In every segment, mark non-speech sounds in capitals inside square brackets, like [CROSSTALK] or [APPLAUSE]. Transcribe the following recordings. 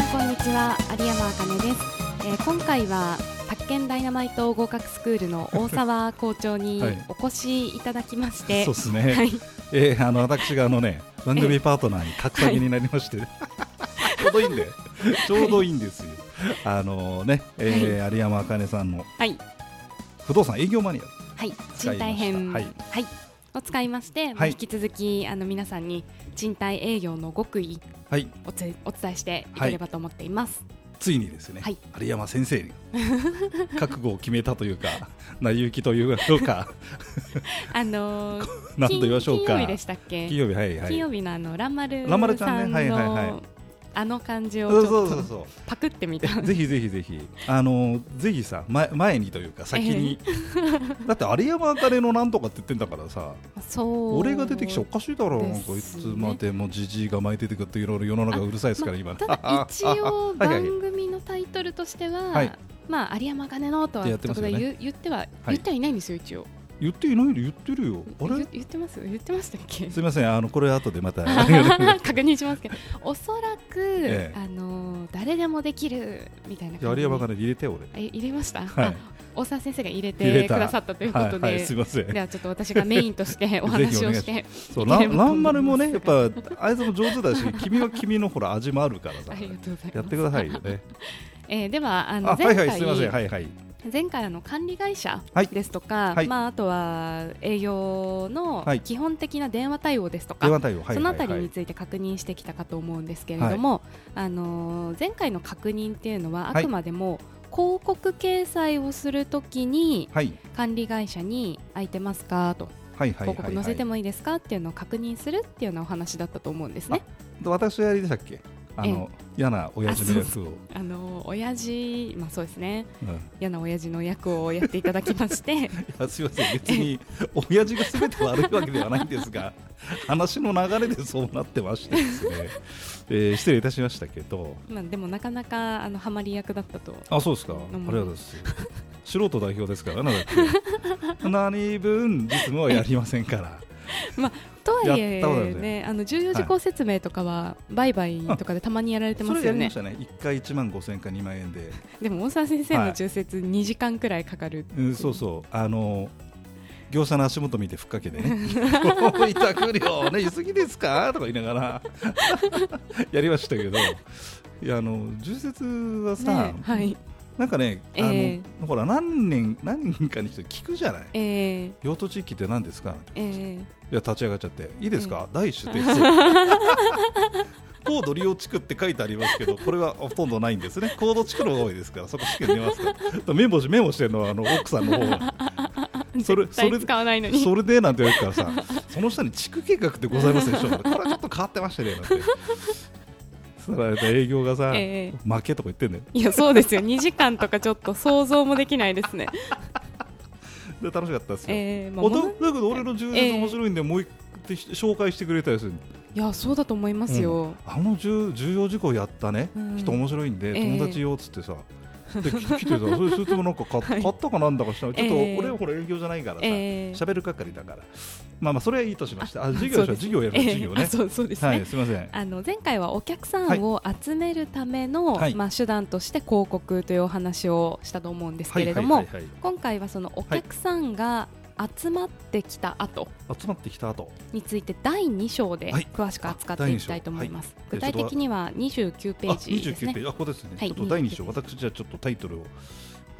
は有山あかねです、えー今回は宅建ダイナマイト合格スクールの大沢校長に [LAUGHS] はいお越しいただきまして、そうですね、はい、えーあの私があのね番組パートナーに格下げになりまして、ちょうどいいんでちょうどいいんですよ、あのね、えー有山あかねさんのはい、不動産営業マニアはい、使い賃ました貸編、ははいい、を使いまして、まあはい引き続きあの皆さんに賃貸営業の極意はいをつお伝えしていければと思っています。ついにですね、はい有山先生に覚悟を決めたというか成り行きというかあのー、 [LAUGHS] 何と言いましょう金金曜日かでしたっけ？金曜日はいはい金曜日のあのランマルランマルちさゃんんねはいはいはのあの感じをちそうそょうっそうとそうパクってみた。ぜひぜひぜひ、あのぜひさ、前前にというか、先に、だって有山あかねのなんとかって言ってんだからさ、そう。俺が出てきちゃおかしいだろう、ですねこいつまでもじじいが巻いててくって、いろいろ世の中うるさいですから、今、ただ一応はいはい番組のタイトルとしては、はいまあ有山金のとはってやってますよねところで言う言っては、はい言ってはいないんですよ一応。言っていないの言ってるよ、あ言れ言ってます言ってましたっ [LAUGHS] け？すみません、あのこれ、後でまた、[LAUGHS] [LAUGHS] 確認しますけど、おそらく、ええあのー誰でもできるみたいな感じ有で山あかね入れて、俺、え入れました、はあい、大沢先生が入れ入てれくたださったというこはとい、で、はい、すみませんで。はちょっと私がメインとして [LAUGHS] お話をして、そういランければと思いますランマルもね、やっ [LAUGHS] ぱあいつも上手だし、君は君のほら味もあるからさあ、りがとうございます。やってくださいよね。えーではあのあ、は前いは回、い、すみません、はいはい、前回あの管理会社はいですとか、はいまああとは営業のはい基本的な電話対応ですとか。電話対応、はいはいはい、そのあたりについて確認してきたかと思うんですけれども、あのー前回の確認っていうのはあはいくまでも広告掲載をするときにはい、管理会社に空いてますかとはいはいはいは広い、告載せてもいいですかっていうのを確認するっていうようなお話だったと思うんですね。私はあれでしたっけあの、嫌な親父のやつを、あのー親父まあそうですねうんい嫌な親父の役をやっていただきましてやすみません別に親父がすべて悪いわけではないんですが話の流れでそうなってましてですね、えー失礼いたしましたけどまあでもなかなかあのハマり役だったとあそうですか、んありがとうございます素人代表ですからねだって何分実務はやりませんからとはいえやったことあるねあの重要事項説明とかは売買とかでたまにやられてそまれすやよりねましたね1回1万5千か2万円で、でも大沢先生の中説2時間くらいかかる、うん、そうそうあの業者の足元見てふっかけて [LAUGHS] ね「おい委託料ねいすぎですか?」とか言いながら [LAUGHS] やりましたけどいやあの重説はさ、ねはいなんかねあの、えほら何年何人かに人聞くじゃないえー、用途地域って何ですかえー、いや立ち上がっちゃって「いいですか、第一種です」 [LAUGHS] 高度利用地区って書いてありますけどこれはほとんどないんですね高度地区の方が多いですからそこ試験出ます [LAUGHS] からメモしメモしてるのはあの奥さんの方がそれ絶対使わないのにそれでなんて言われたらさ、その下に地区計画ってございますでしょ、これはちょっと変わってましたね、なんて。そしたらやっぱ営業がさ、え負けとか言ってんだよ。いやそうですよ2時間とかちょっと想像もできないですねで、楽しかったですよ。えー、まあおもだのだけど俺の充実面白いんで、もう一回紹介してくれたりするいやそうだと思いますよ、あの重重要事項やったね、うん人面白いんで、ええ友達よっつってさ、で [LAUGHS] き来てさ、それそれともなんか買,、はい買ったかなんだかしたちょっと、ええ俺はほら営業じゃないからさ、ええ喋る係だから、まあまあ、それはいいとしまして、あ、あ授そう業でしょ、です授業やる、えー授業ねあ。そうそうですね、はい、すみません。あの前回はお客さんを集めるための、はいまあ、手段として広告というお話をしたと思うんですけれども、はいはいはいはい今回はそのお客さんが集まってきた後集まってきた後について第2章ではい詳しく扱っていきたいと思います、具体的には29ペあージです29ペーねジあここですね、はいちょっと第2章私じゃあちょっとタイトルを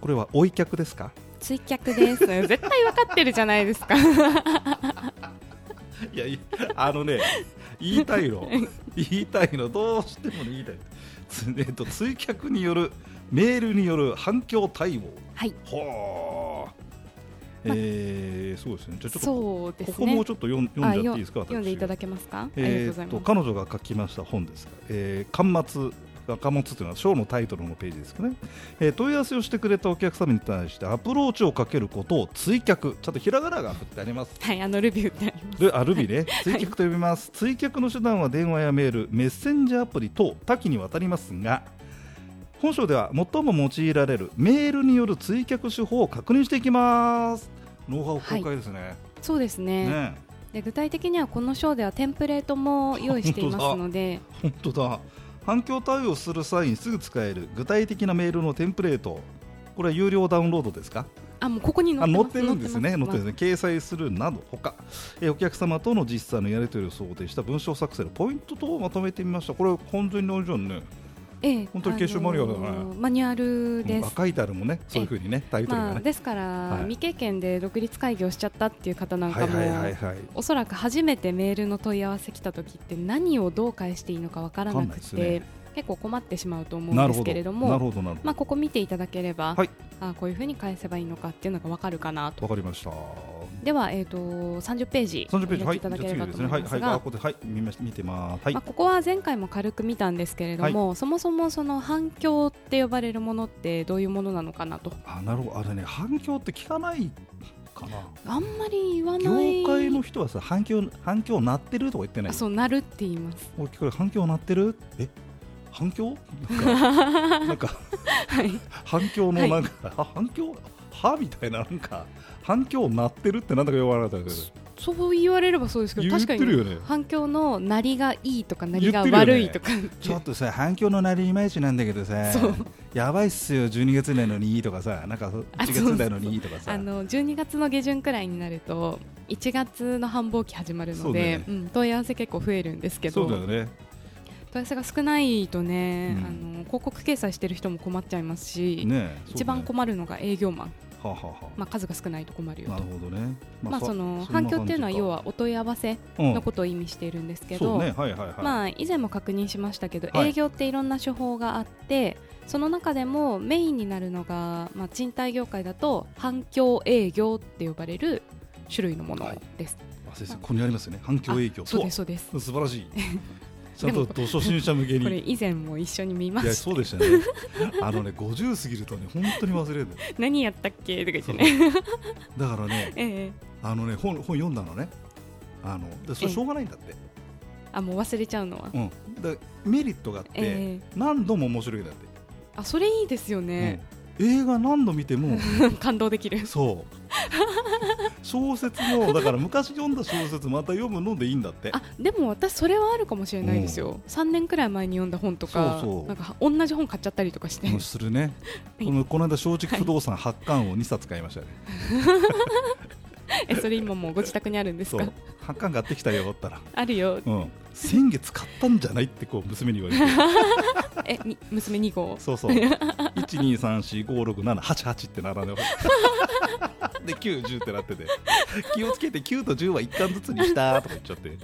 これは追い客ですか追客です [LAUGHS] 絶対分かってるじゃないです [LAUGHS] かいやいあの [LAUGHS] ね言いたいの言いたいのどうしてもね言いたいつえっと追客によるメールによる反響対応はいほー、まえー、そうですねじゃあちょっとこそうですねこもうちょっと読ん読んじゃっていいですあかよ読んでいただきけますか、ありえがとーうっござといます彼女が書きました本ですが、えー、巻末が巻末というのは章のタイトルのページですかね、えー問い合わせをしてくれたお客様に対してアプローチをかけることを追客ちょっとひらがなが振ってありますはいあのルビューってありますルあルビね、追客と呼びます、追客の手段は電話やメール、メッセンジャーアプリ等多岐にわたりますが、本章では最も用いられるメールによる追客手法を確認していきます。ノウハウ公開ですね。そうですねねえで具体的にはこの章ではテンプレートも用意していますので本当だ。反響対応する際にすぐ使える具体的なメールのテンプレートこれは有料ダウンロードですかあもうここに載あって載まってるんですね載ってるん載ですね掲載するなどほか、えーお客様との実際のやり取りを想定した文章作成のポイントとまとめてみましたこれ完全にあれじゃんねええ本当に研修マニュアルだねあのーマニュアルでうんす赤いタルもねそういうふうにねタイトルまがあ、ねですから、い未経験で独立会議をしちゃったっていう方なんはかいも、はいはいはいおそらく初めてメールの問い合わせ来た時って何をどう返していいのかわからなわかんないくですて、ね結構困ってしまうと思うなんるですほどけれどなるもほどなるほどまあ、ここ見ていただければ、はいあこういうふうに返せばいいのかっていうのがわかるかなとわかりましたでは、えー、と30ページ30ページ入はれていいじたゃあだけ次ればでとすね思はいいまはすいあがこ。こではい見ま見てますはいまあ、ここは前回も軽く見たんですけれども、そもそもその反響って呼ばれるものってどういうものなのかなとあなるほどあれね反響って聞かないかなあんまり言わない業界の人はさ反響反響鳴ってるとか言ってないあそうなるって言い [LAUGHS] ます俺聞こえる反響鳴ってるえ反響なんか [LAUGHS] なんかはい反響のなんか、あ反響はみたいななんか反響鳴ってるってなんだかよくわからなかったけどそう言われればそうですけど言っ確かてにるよね反響のなりがいいとかなりが言ってるよ悪ねいとか、ちょっとさ反響のなりいまいちなんだけどさそうやばいっすよ12月なのにとかさなんか1あそう月なのにとかさ [LAUGHS] あの12月の下旬くらいになると1月の繁忙期始まるそのうだでよう、ねん、問い合わせ結構増えるんですけどそうだよね問い合わせが少ないとね、うんあの広告掲載してる人も困っちゃいますし、ねえ一番そう困るのが営業マン、だよねはあはあはあまあ、数が少ないと困るよなとる。ほどねまあ、そのんな反響っていうのは感じか要はお問い合わせうんのことを意味しているんですけそど、うねはいはいはい、まあ、以前も確認しましたけど、はい営業っていろんな手法があってその中でもメインになるのが、まあ、賃貸業界だと反響営業って呼ばれる種類のものです。あ先生ここにありますよね反響影響そうですそうです素晴らしいちゃんと図書新者向けこれに以前も一緒に見ま [LAUGHS] いやしそうでしたねあのね50過ぎるとね本当に忘れるんだよた何やったっけとか言ってそうね、だからねええあのね本本読んだのねあのでそれしょうがないんだって、あもう忘れちゃうのは、うん、でメリットがあって、ええ何度も面白いんだって、あそれいいですよね、うん映画何度見 [LAUGHS] ても感動できるそう小説もだから昔読んだ小説また読むのでいいんだってあでも私それはあるかもしれないですよ、三3年くらい前に読んだ本とかそうそうなんか同じ本買っちゃったりとかして、うんするねはいこのこの間松竹不動産八巻を2冊買いましたね [LAUGHS] えそれ今もうご自宅にあるんですそかう八巻買ってきたよったら、あるようん、先月買ったんじゃないってこう娘に言われて [LAUGHS] えに娘2号そうそう。一二三四五六七八八って並んでます。 [LAUGHS] で九十ってなってて、気をつけて九と十は一巻ずつにしたとか言っちゃって。。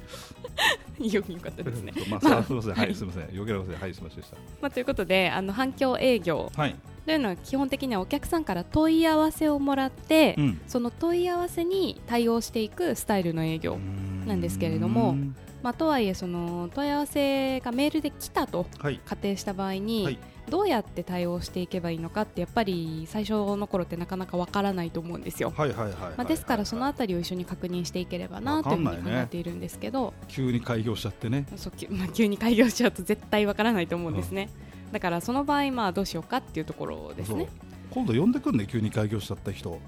よくよかったですねまあそうすみません、はいすみません、余計なことではいすみませんでしまあ、ということであの反響営業た。はい。というのは基本的にはお客さんから問い合わせをもらって、ん。その問い合わせに対応していくスタイルの営業、なんですけれどもまあ、とはいえその問い合わせがメールで来たとはい。仮定した場合に、はいどうやって対応していけばいいのかってやっぱり最初の頃ってなかなかわからないと思うんですよ。はいはいはいはい。まあ、ですからそのあたりを一緒に確認していければなというふうに考えているんですけど、急に開業しちゃってね。そう急まあ、急に開業しちゃうと絶対わからないと思うんですね、だからその場合まあどうしようかっていうところですそうね。今度呼んでくんね、急に開業しちゃった人。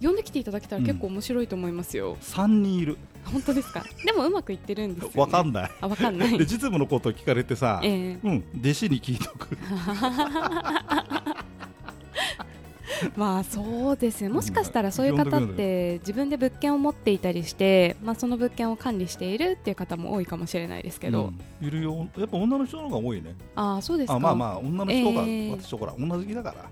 呼んできていただけたら結構面白いと思いますよ、三人いる。本当ですかでもうまくいってるんですよ、ね、わかないんない。あわかんな [LAUGHS] でい実務のことを聞かれてさ、ええうん、弟子に聞いとく。まあそうですねもしかしたらそういう方って自分で物件を持っていたりして、まあ、その物件を管理しているっていう方も多いかもしれないですけど、うんいるよやっぱ女の人の方が多いねああそうですかあまあまあ女の人が、えー私ほら同じだから、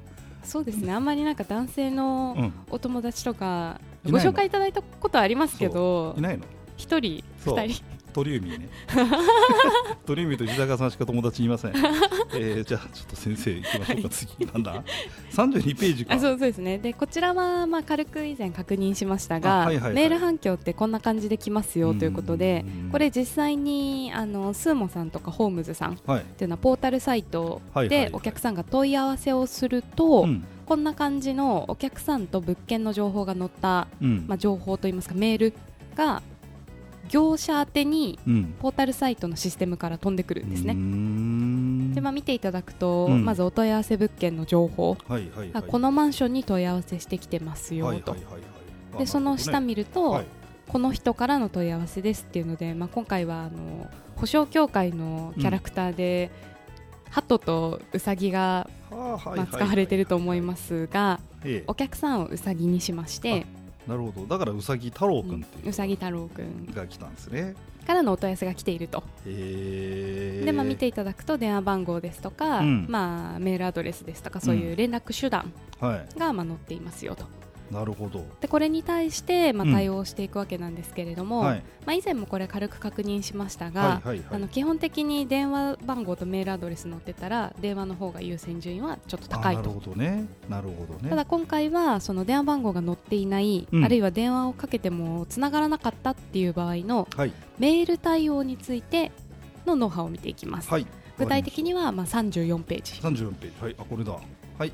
そうですねあんまりなんか男性うのん、お友達とかいごないの紹介いただいたことはありますけどいないの一人そう二人鳥 [LAUGHS] 海ね鳥海と石坂さんしか友達い [LAUGHS] ません、えー、じゃあちょっと先生行きましょうか、はい次なんだ32ページかあそうそうですねでこちらはまあ軽く以前確認しましたが、あはいはいはいメール反響ってこんな感じできますよということでうんうんうんこれ実際にあのスーモさんとかホームズさんっはい、ていうのはポータルサイトはいはいはでいお客さんが問い合わせをすると、うんこんな感じのお客さんと物件の情報が載った、うんまあ、情報といいますかメールが業者宛てにうんポータルサイトのシステムから飛んでくるんですね。でまあ、見ていただくと、うんまずお問い合わせ物件の情報、はいはいはあいこのマンションに問い合わせしてきてますよと、はいはいはいはいあでそのな下る見ると、ほどねこの人からの問い合わせですっていうので、まあ、今回はあの保証協会のキャラクターで、鳩とウサギがはあはいまあ使われてると思いますがええお客さんをウサギにしましてなるほどだからうさぎ太郎くんっていううさぎ太郎くんが来たんですねからのお問い合わせが来ているとへえでまあ、見ていただくと電話番号ですとか、うんまあ、メールアドレスですとかそういう連絡手段はがまあ載っていますよと。いなるほどでこれに対して、まあ、うん対応していくわけなんですけれども、はいまあ、以前もこれ軽く確認しましたが、はいはいはいあの基本的に電話番号とメールアドレス載ってたら電話の方が優先順位はちょっと高あいなるとほどねなるほどねただ今回はその電話番号が載っていない、うんあるいは電話をかけてもつながらなかったっていう場合のはいメール対応についてのノウハウを見ていきます、はい具体的にはまあ34ページ三十四ページはいあこれだはい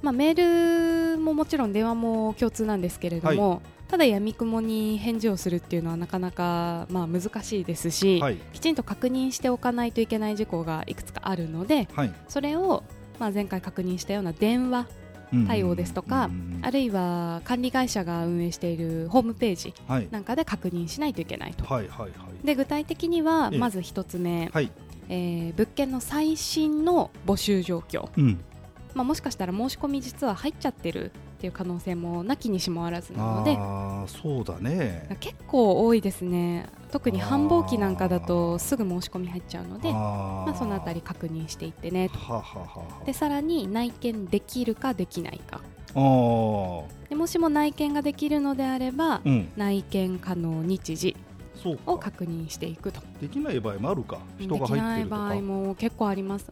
まあ、メールももちろん電話も共通なんですけれども、ただやみくもに返事をするっていうのはなかなかまあ難しいですし、はいきちんと確認しておかないといけない事項がいくつかあるのではいそれをまあ前回確認したような電話うん対応ですとかうんうんあるいは管理会社が運営しているホームページはいなんかで確認しないといけないと。はいはいはいで具体的にはええまず1つ目、はいえー物件の最新の募集状況うんまあ、もしかしたら申し込み実は入っちゃってるっていう可能性もなきにしもあらずなのでああそうだね結構多いですね特にあー繁忙期なんかだとすぐ申し込み入っちゃうのであまあ、そのあたりり確認していってねとははははでさらに内見できるかできないかああでもしも内見ができるのであれば、うん内見可能日時そうをか確認していくとできない場合もあるかで人がき入っなていると場合かも結構あります、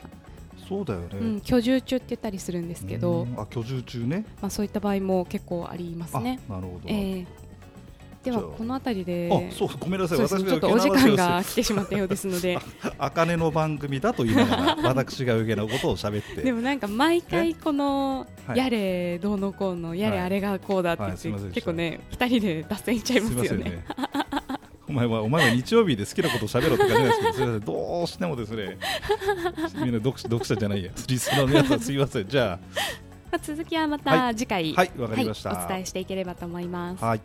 そうだよね、うん、居住中って言ったりするんですけど、うんあ居住中ねまあ、そういった場合も結構ありますあねなるほど、ええではじゃあこの辺りであそうごめんなさいそうです私ねちょっがとお時間余計な話をが来てしまったようですので [LAUGHS] してあかねの番組だと言いなが [LAUGHS] ら私が余計なことを喋ってでもなんか毎回このはいやれどうのこうのやれはいあれがこうだって言はっいすいてませんでした結構ね二人で脱線しちゃいますいすまよせんねねお前はお前は日曜日で好きなことを喋ろうって感じなんですけどすいませんどうしてもですねみんな読者読者じゃないやリスナーの皆さんすいませんじゃまあ続きはまはた次回あはいわかりましたはいお伝えしていければと思いますはい